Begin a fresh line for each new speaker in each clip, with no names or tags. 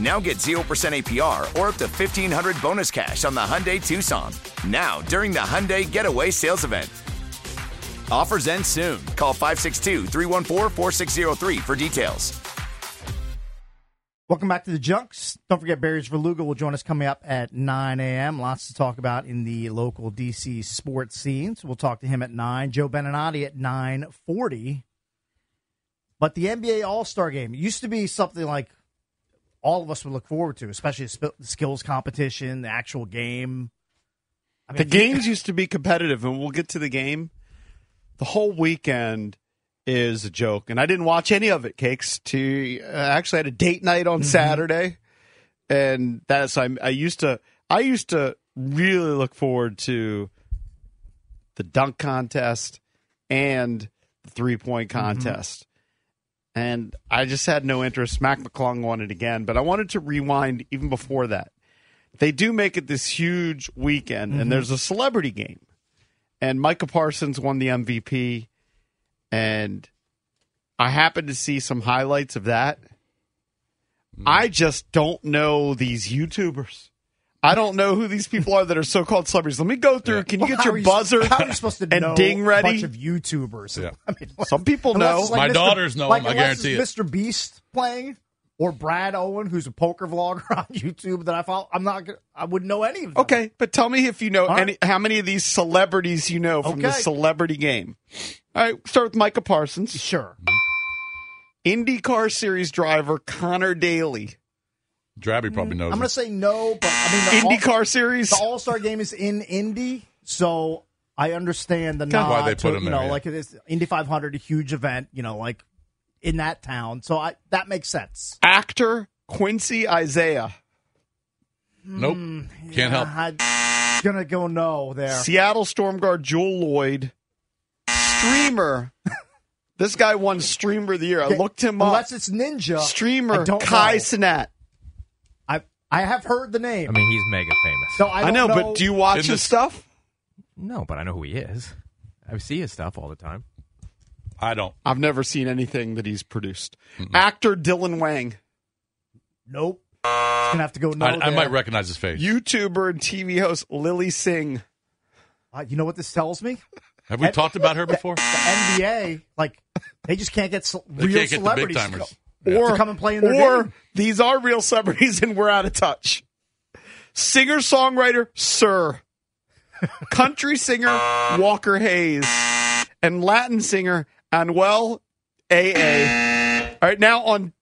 Now get 0% APR or up to 1500 bonus cash on the Hyundai Tucson. Now, during the Hyundai Getaway Sales Event. Offers end soon. Call 562 314 4603 for details.
Welcome back to the Junks. Don't forget, Barry's Verluga will join us coming up at 9 a.m. Lots to talk about in the local D.C. sports scenes. We'll talk to him at 9. Joe Beninati at 9.40. But the NBA All-Star Game used to be something like all of us would look forward to, especially the sp- skills competition, the actual game. I mean,
The games used to be competitive, and we'll get to the game. The whole weekend is a joke, and I didn't watch any of it. Cakes to uh, actually had a date night on
Mm-hmm.
Saturday, and that's I, I used to I used to really look forward to the dunk contest and the three point
Mm-hmm.
contest. And I just had no interest. Mac McClung won it again, but I wanted to rewind even before that they do make it this huge weekend,
Mm-hmm.
and there's a celebrity game. And Micah Parsons won the MVP, and I happened to see some highlights of that.
Mm.
I just don't know these YouTubers. I don't know who these people are that are so called celebrities. Let me go through. Can you
Well,
get
how
your
are you-
buzzer
How are you supposed to
and
know
ding ready?
a bunch of YouTubers?
Yeah.
I mean,
some people know.
Unless it's like
My daughters know
like,
him, I
unless
guarantee
it's Mr. Beast playing or Brad Owen, who's a poker vlogger on YouTube that I follow. I'm not. Gonna, I wouldn't know any of them.
Okay, but tell me if you know
All right.
any, how many of these celebrities you know from the
Okay.
celebrity game. All right, start with Micah Parsons.
sure.
IndyCar Series driver Connor Daly.
Drabby probably knows.
I'm gonna
it.
say no, but I mean the All-
IndyCar Series.
the All Star Game is in Indy, so I understand the nod.
That's why they put
to,
him
you
there,
know,
yeah.
like it is Indy 500, a huge event. You know, like in that town, so I that makes sense.
Actor Quincy Isaiah.
Nope. Can't help.
I'm gonna go no there.
Seattle Storm guard Joel Lloyd. Streamer. this guy won Streamer of the Year. I looked him up.
Unless it's Ninja I
Streamer
don't
Kai
know.
Sinat.
I I have heard the name.
I mean, he's mega famous.
so I,
I,
don't
know, but do you watch
In
his
the-
stuff?
No, but I know who he is. I see his stuff all the time.
I don't.
I've never seen anything that he's produced. Actor Dylan Wang.
Nope. It's gonna have to go no.
I, I
there.
might recognize his face.
YouTuber and TV host Lily Singh.
Uh, you know what this tells me?
Have we
Ed-
talked about her before?
The NBA, like they just can't get ce-
They
real
can't get the big
celebrities. to
timers.
Or
To come and play in their
or
game.
these are real celebrities and we're out of touch. Singer songwriter Sir, country singer Walker Hayes, and Latin singer Anuel AA. All right, now on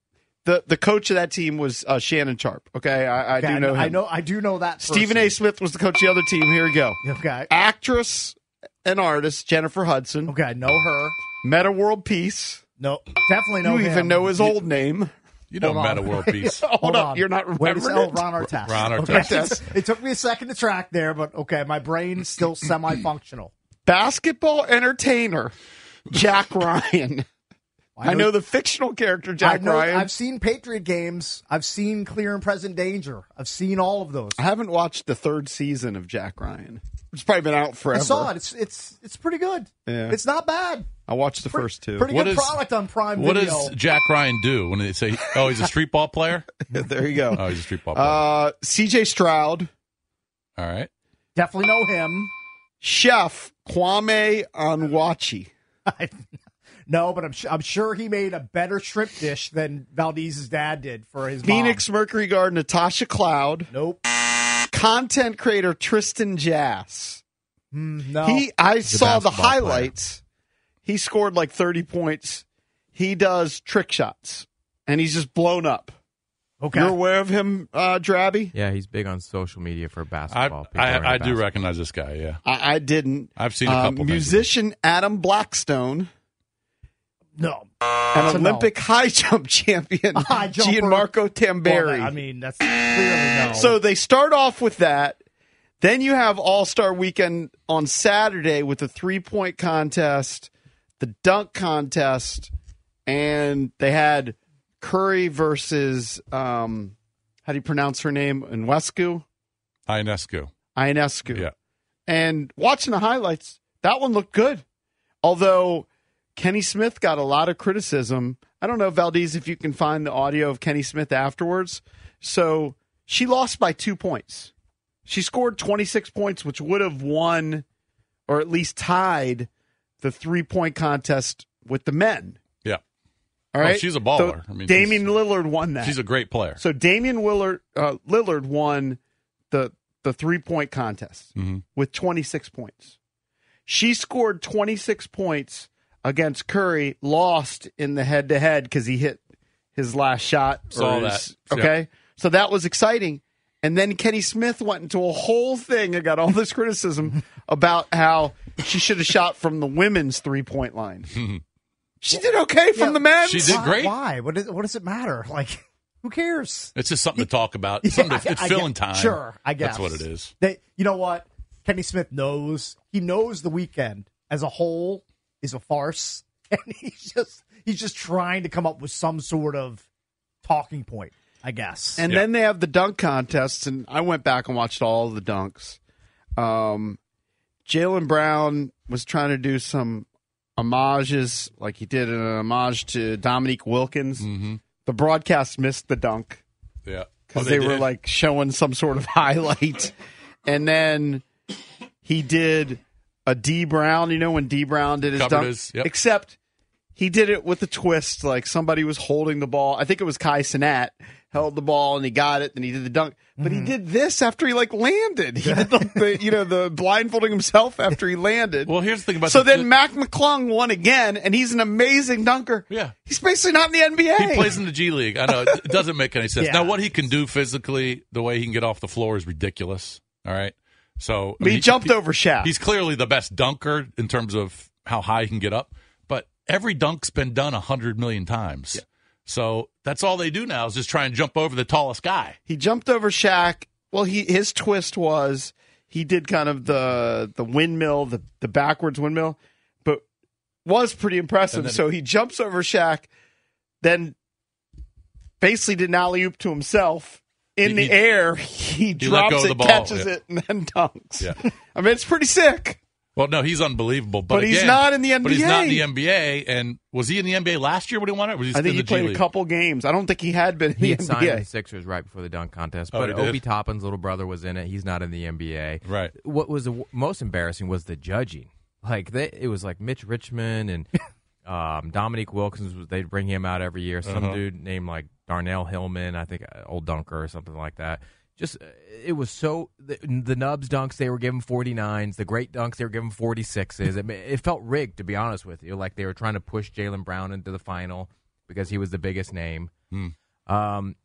the the coach of that team was uh, Shannon Sharp. Okay, I, I
go.
do know him.
I know. I do know that.
Stephen A.
person.
Smith was the coach of the other team. Here we go.
Okay.
Actress and artist Jennifer Hudson.
Okay. Know her.
Meta world peace.
No. Definitely know.
you
him.
even know his old name.
You don't
Hold on.
matter world peace.
Hold,
Hold
up,
on.
you're not
Wait,
remembering.
it's oh,
it?
Ron Artest.
Ron
Okay.
Artest.
it took me a second to track there, but okay, my brain's still semi-functional.
basketball entertainer Jack Ryan, I know the fictional character
I
Jack
know,
Ryan.
I've seen Patriot games. I've seen Clear and Present Danger. I've seen all of those.
I haven't watched the third season of Jack Ryan. It's probably been out forever.
I saw it. It's it's it's pretty good.
Yeah.
It's not bad.
I watched the
Pre-
first two.
Pretty
What
good
is-
product on Prime
What
Video.
does Jack Ryan do when they say, "Oh, he's a street ball player"?
there you go.
Oh, he's a street ball player.
Uh, CJ Stroud,
All right.
Definitely know him.
chef Kwame Onwachi.
I- no, but I'm su- I'm sure he made a better shrimp dish than Valdez's dad did for his mom.
Phoenix Mercury Guard Natasha Cloud,
Nope.
content creator Tristan Jass.
Mm, no.
He I
a
saw the
basketball player.
highlights. He scored like 30 points. He does trick shots and he's just blown up.
okay.
You're aware of him, uh, Drabby?
Yeah, he's big on social media for
I
basketball. People are into
I, I do
basketball.
recognize this guy. Yeah.
I, I didn't. Um,
I've seen a couple things.
musician Adam Blackstone,
no.
an
So no.
Olympic high jump champion
High jumper.
Gianmarco
Well,
Tamberi.
I mean, that's clearly no.
So they start off with that. Then you have All Star Weekend on Saturday with the three point contest, the dunk contest, and they had Curry versus um, how do you pronounce her name? Inwescu,
Ionescu.
Ionescu.
Yeah.
And watching the highlights, that one looked good. Although Kenny Smith got a lot of criticism. I don't know, Valdez, if you can find the audio of Kenny Smith afterwards. So she lost by two points. She scored 26 points, which would have won or at least tied the three point contest with the men.
Yeah. Oh,
All right.
she's a baller. I mean,
Damian
she's-
Lillard won that.
She's a great player.
So Damian Willard, uh, Lillard won the the three point contest
Mm-hmm.
with 26 points. She scored 26 points against Curry, lost in the head to head because he hit his last shot. or
Saw
his-
that.
Okay. So that was exciting. And then Kenny Smith went into a whole thing and got all this criticism about how she should have shot from the women's three point line. she did okay from
Yeah.
the men's.
She did
why,
great.
Why? What, is, what does it matter? Like, who cares?
It's just something to talk about.
Yeah,
Something to, it's
I- I
filling
guess-
time.
Sure, I
that's
guess
what it is.
They, you know what? Kenny Smith knows. He knows the weekend as a whole is a farce, and he's just he's just trying to come up with some sort of talking point. I guess.
And
Yeah.
then they have the dunk contests, and I went back and watched all the dunks. Um, Jalen Brown was trying to do some homages, like he did an homage to Dominique Wilkins. The broadcast missed the dunk
Yeah.
because
Oh,
they, were
did.
like showing some sort of highlight. and then he did a D Brown, you know, when D Brown did his
Covered
dunk,
his- yep.
except he did it with a twist. Like somebody was holding the ball. I think it was Kai Sinat held the ball and he got it. Then he did the dunk, but
Mm-hmm.
he did this after he like landed. He did like, the, you know, the blindfolding himself after he landed.
Well, here's the thing about
so
the-
then Mac McClung won again, and he's an amazing dunker.
Yeah.
he's basically not in the NBA.
He plays in the G League. I know it it doesn't make any sense.
Yeah.
Now, what he can do physically, the way he can get off the floor is ridiculous. All right. So I
But he
mean,
jumped over Shaft.
He's clearly the best dunker in terms of how high he can get up. But every dunk's been done a hundred million times. So that's all they do now is just try and jump over the tallest guy.
he jumped over Shaq. Well, he his twist was he did kind of the the windmill, the the backwards windmill, but was pretty impressive.
And then-
so he jumps over Shaq, then basically did an alley oop to himself in
He-
the
he-
air. He,
let go
drops
of
it,
the ball,
catches
yeah.
it, and then dunks.
Yeah.
I mean, it's pretty sick.
Well, no, he's unbelievable. But,
But he's
again-
not in the
But he's not in the
NBA.
NBA. And was he in the NBA last year when he won it? Or was he
I
in
think
the
he
G
played a
League?
couple games. I don't think he had been in
He
the
had signed with the
NBA.
Sixers right before the dunk contest,
Oh,
but
he did?
Obi Toppin's little brother was in it. He's not in the NBA.
Right.
What was the w- most embarrassing was the judging. Like they, it was like Mitch Richmond and um, Dominique Wilkins. was- They'd bring him out every year. Some dude named like Darnell Hillman, I think, uh, old dunker or something like that. Just uh, it was so the, the nubs dunks they were given 49s, the great dunks they were given 46s. It, ma- it felt rigged to be honest with you. Like they were trying to push Jalen Brown into the final because he was the biggest name. Um,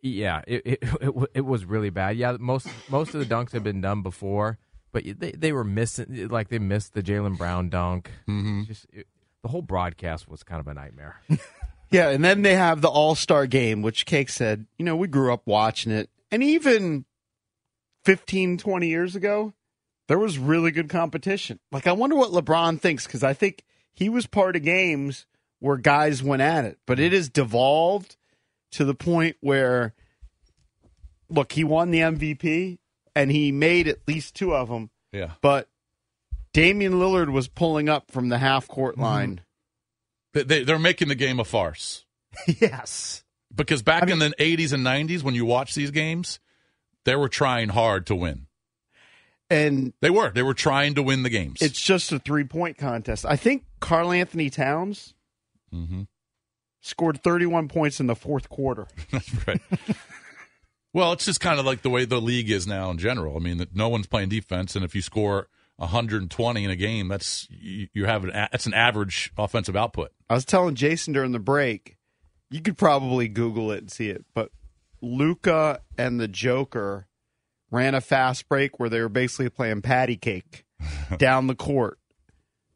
yeah, it it, it wa- it was really bad. Yeah, most most of the dunks have been done before, but they they were missing like they missed the Jalen Brown dunk. Mm-hmm. Just it, the whole broadcast was kind of a nightmare.
Yeah, and then they have the All Star game, which Cake said, you know, we grew up watching it. And even 15, 20 years ago, there was really good competition. Like, I wonder what LeBron thinks, because I think he was part of games where guys went at it, but it has devolved to the point where, look, he won the MVP and he made at least two of them,
Yeah.
but Damian Lillard was pulling up from the half court line.
They- They, they're making the game a farce.
yes.
Because back in the 80s and 90s, when you watch these games, they were trying hard to win.
And
They were. They were trying to win the games.
it's just a three point contest. I think Carl Anthony Towns
Mhm.
scored 31 points in the fourth quarter.
That's right. well, it's just kind of like the way the league is now in general. I mean, that no one's playing defense, and if you score 120 in a game, that's you, you have an a- that's an average offensive output.
I was telling Jason during the break, you could probably Google it and see it, but Luca and the Joker ran a fast break where they were basically playing patty cake down the court,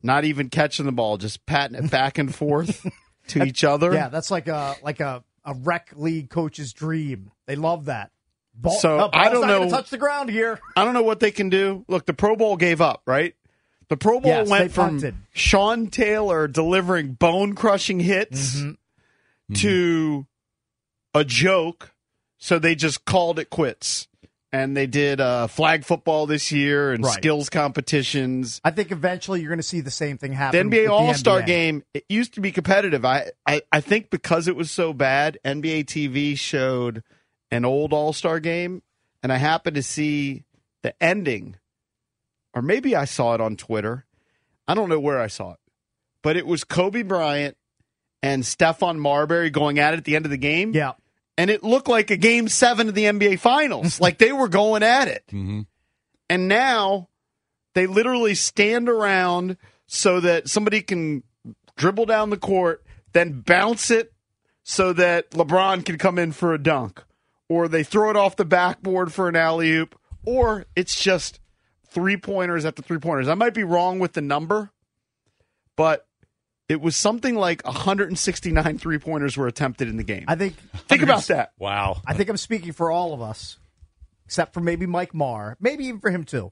not even catching the ball, just patting it back and forth to each other.
Yeah, that's like a like a, a rec league coach's dream. They love that. Ball,
So,
uh, ball's
I don't
not gonna
know-
touch the ground here.
I don't know what they can do. Look, the Pro Bowl gave up, right? The Pro Bowl
Yes, they
went from
punted.
Sean Taylor delivering bone crushing hits
Mm-hmm.
to a joke. So they just called it quits. And they did uh, flag football this year and
Right.
skills competitions.
I think eventually you're going to see the same thing
The
happen. with
NBA All Star
NBA.
game, it used to be competitive. I, I, I think because it was so bad, NBA TV showed an old All Star game, and I happened to see the ending, or maybe I saw it on Twitter. I don't know where I saw it, but it was Kobe Bryant and Stefan Marbury going at it at the end of the game.
Yeah.
And it looked like a game seven of the NBA Finals. like they were going at it.
Mm-hmm.
And now they literally stand around so that somebody can dribble down the court, then bounce it so that LeBron can come in for a dunk. Or they throw it off the backboard for an alley oop. Or it's just three pointers after three pointers. I might be wrong with the number, but it was something like 169 three pointers were attempted in the game.
I think
Think about that.
Wow.
I think I'm speaking for all of us, except for maybe Mike Marr, maybe even for him too.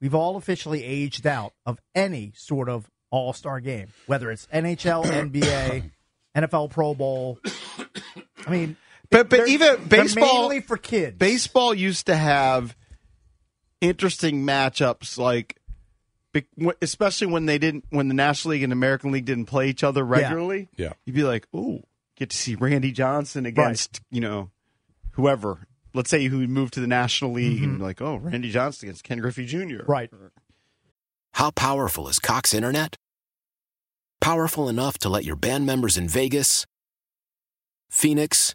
We've all officially aged out of any sort of All Star game, whether it's NHL, NBA, NFL Pro Bowl. I mean,
But, but
they're-
even
they're
baseball.
mainly for kids.
baseball used to have interesting matchups like be- w- especially when they didn't when the national league and american league didn't play each other regularly
Yeah.
you'd be like ooh get to see randy johnson against you know whoever let's say who moved to the national league and like oh randy johnson against ken griffey jr
Mm-hmm. right?
How powerful is Cox Internet? Powerful enough to let your band members in Vegas, Phoenix,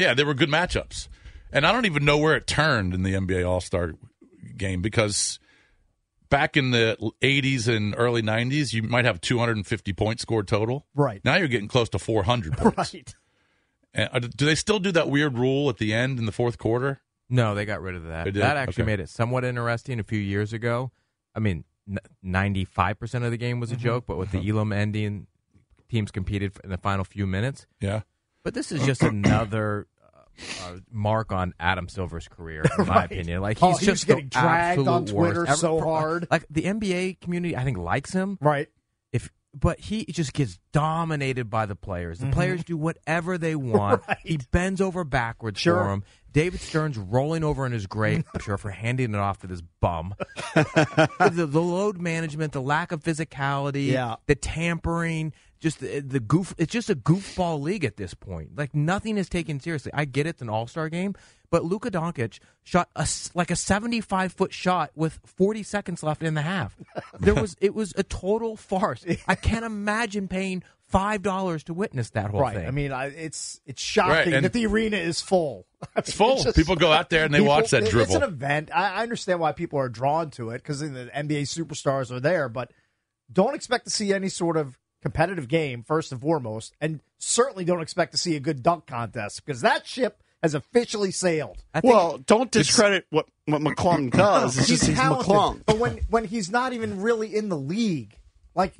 Yeah, they were good matchups. And I don't even know where it turned in the NBA All Star game because back in the 80s and early 90s, you might have 250 points scored total.
Right.
Now you're getting close to 400 points.
Right.
And uh, do they still do that weird rule at the end in the fourth quarter?
No, they got rid of
They
that.
did?
That actually
Okay.
made it somewhat interesting a few years ago. I mean, ninety-five percent of the game was a joke, but with the Elam ending, teams competed in the final few minutes.
Yeah.
But this is just another uh, uh, mark on Adam Silver's career, in my opinion. Like
Oh,
he's
he was
just the
getting dragged on
absolute worst. uh,
Twitter so hard.
Like the NBA community, I think likes him.
Right.
If but he just gets dominated by the players. The players do whatever they want. He bends over backwards
Sure.
for him. David Stern's rolling over in his grave, I'm sure, for handing it off to this bum. the, the load management, the lack of physicality,
Yeah.
the tampering, just the, the goof. It's just a goofball league at this point. Like nothing is taken seriously. I get it's an All Star game, but Luka Doncic shot a s like a seventy five foot shot with forty seconds left in the half. There was it was a total farce. I can't imagine paying five dollars to witness that whole
Right.
thing.
I mean, I, it's it's shocking
Right, and-
that the arena is full.
It's full. People go out there and they watch that
it-
dribble.
It's an event. I, I understand why people are drawn to it because the NBA superstars are there, but don't expect to see any sort of competitive game first and foremost, and certainly don't expect to see a good dunk contest because that ship has officially sailed.
I think-
Well, don't discredit what, what McClung does. It's Oh, just he's
talented,
McClung.
but when when he's not even really in the league, like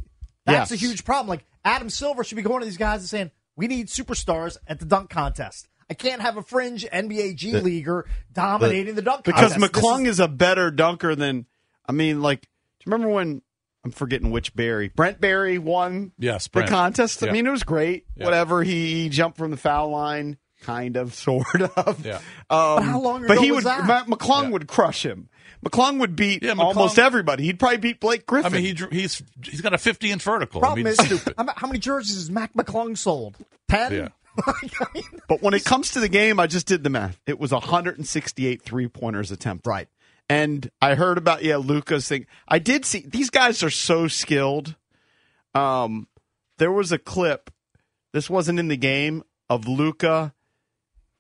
that's
Yes.
a huge problem. Like Adam Silver should be going to these guys and saying, "We need superstars at the dunk contest." I can't have a fringe NBA G leaguer dominating the, dunk
because
contest. This
McClung is, a better dunker than I mean, like, do you remember when I'm forgetting which Barry Brent Barry won?
Yes,
the
Brent.
contest. I
Yeah.
mean, it was great.
Yeah.
Whatever he jumped from the foul line, kind of, sort of.
Yeah.
Um,
But how long
but
ago
he
was
would
that?
Ma- McClung would crush him. McClung would beat
Yeah, McClung-
almost everybody. He'd probably beat Blake
I
Griffin.
mean, he, dr- he's he's got a 50 inch vertical.
problem
I mean,
is,
stupid.
how mu- how many jerseys has Mac McClung sold? Ten.
Yeah.
Like, I mean,
But when it comes to the game, I just did the math. It was 168 three pointers attempt.
Right.
And I heard about yeah Luca's thing. I did see these guys are so skilled. Um, there was a clip. This wasn't in the game of Luca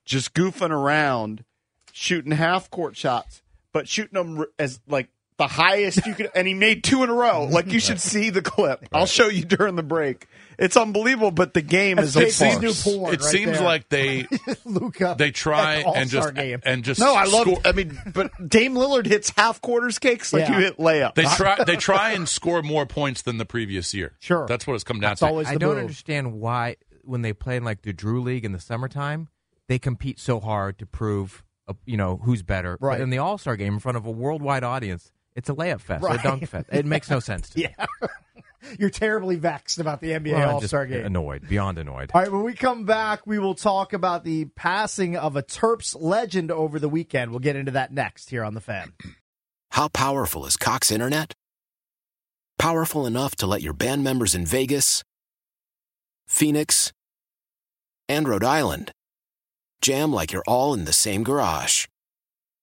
just goofing around, shooting half court shots, but shooting them as like the highest you could. And he made two in a row. Like you should see the clip. I'll show you during the break. It's unbelievable. But the game is a
It seems-
farce.
New porn
it
right
seems
there.
like they
Luca.
they try and just
game.
and just
No, I love.
score-
I mean, but Dame Lillard hits half quarters cakes like
Yeah.
you hit layup.
They try. They try and score more points than the previous year.
Sure.
that's what it's come down
That's
to.
always
I
the
don't
move.
understand why when they play in like the Drew League in the summertime, they compete so hard to prove uh, you know who's better. But
Right.
in the All Star game in front of a worldwide audience, it's a layup fest, or a
Right.
dunk fest. It makes no sense. To me.
You're terribly vexed about the NBA
Well, I'm
All Star
just
game.
Annoyed, beyond annoyed.
All right, when we come back, we will talk about the passing of a Terps legend over the weekend. We'll get into that next here on the fan.
How powerful is Cox Internet? Powerful enough to let your band members in Vegas, Phoenix, and Rhode Island jam like you're all in the same garage.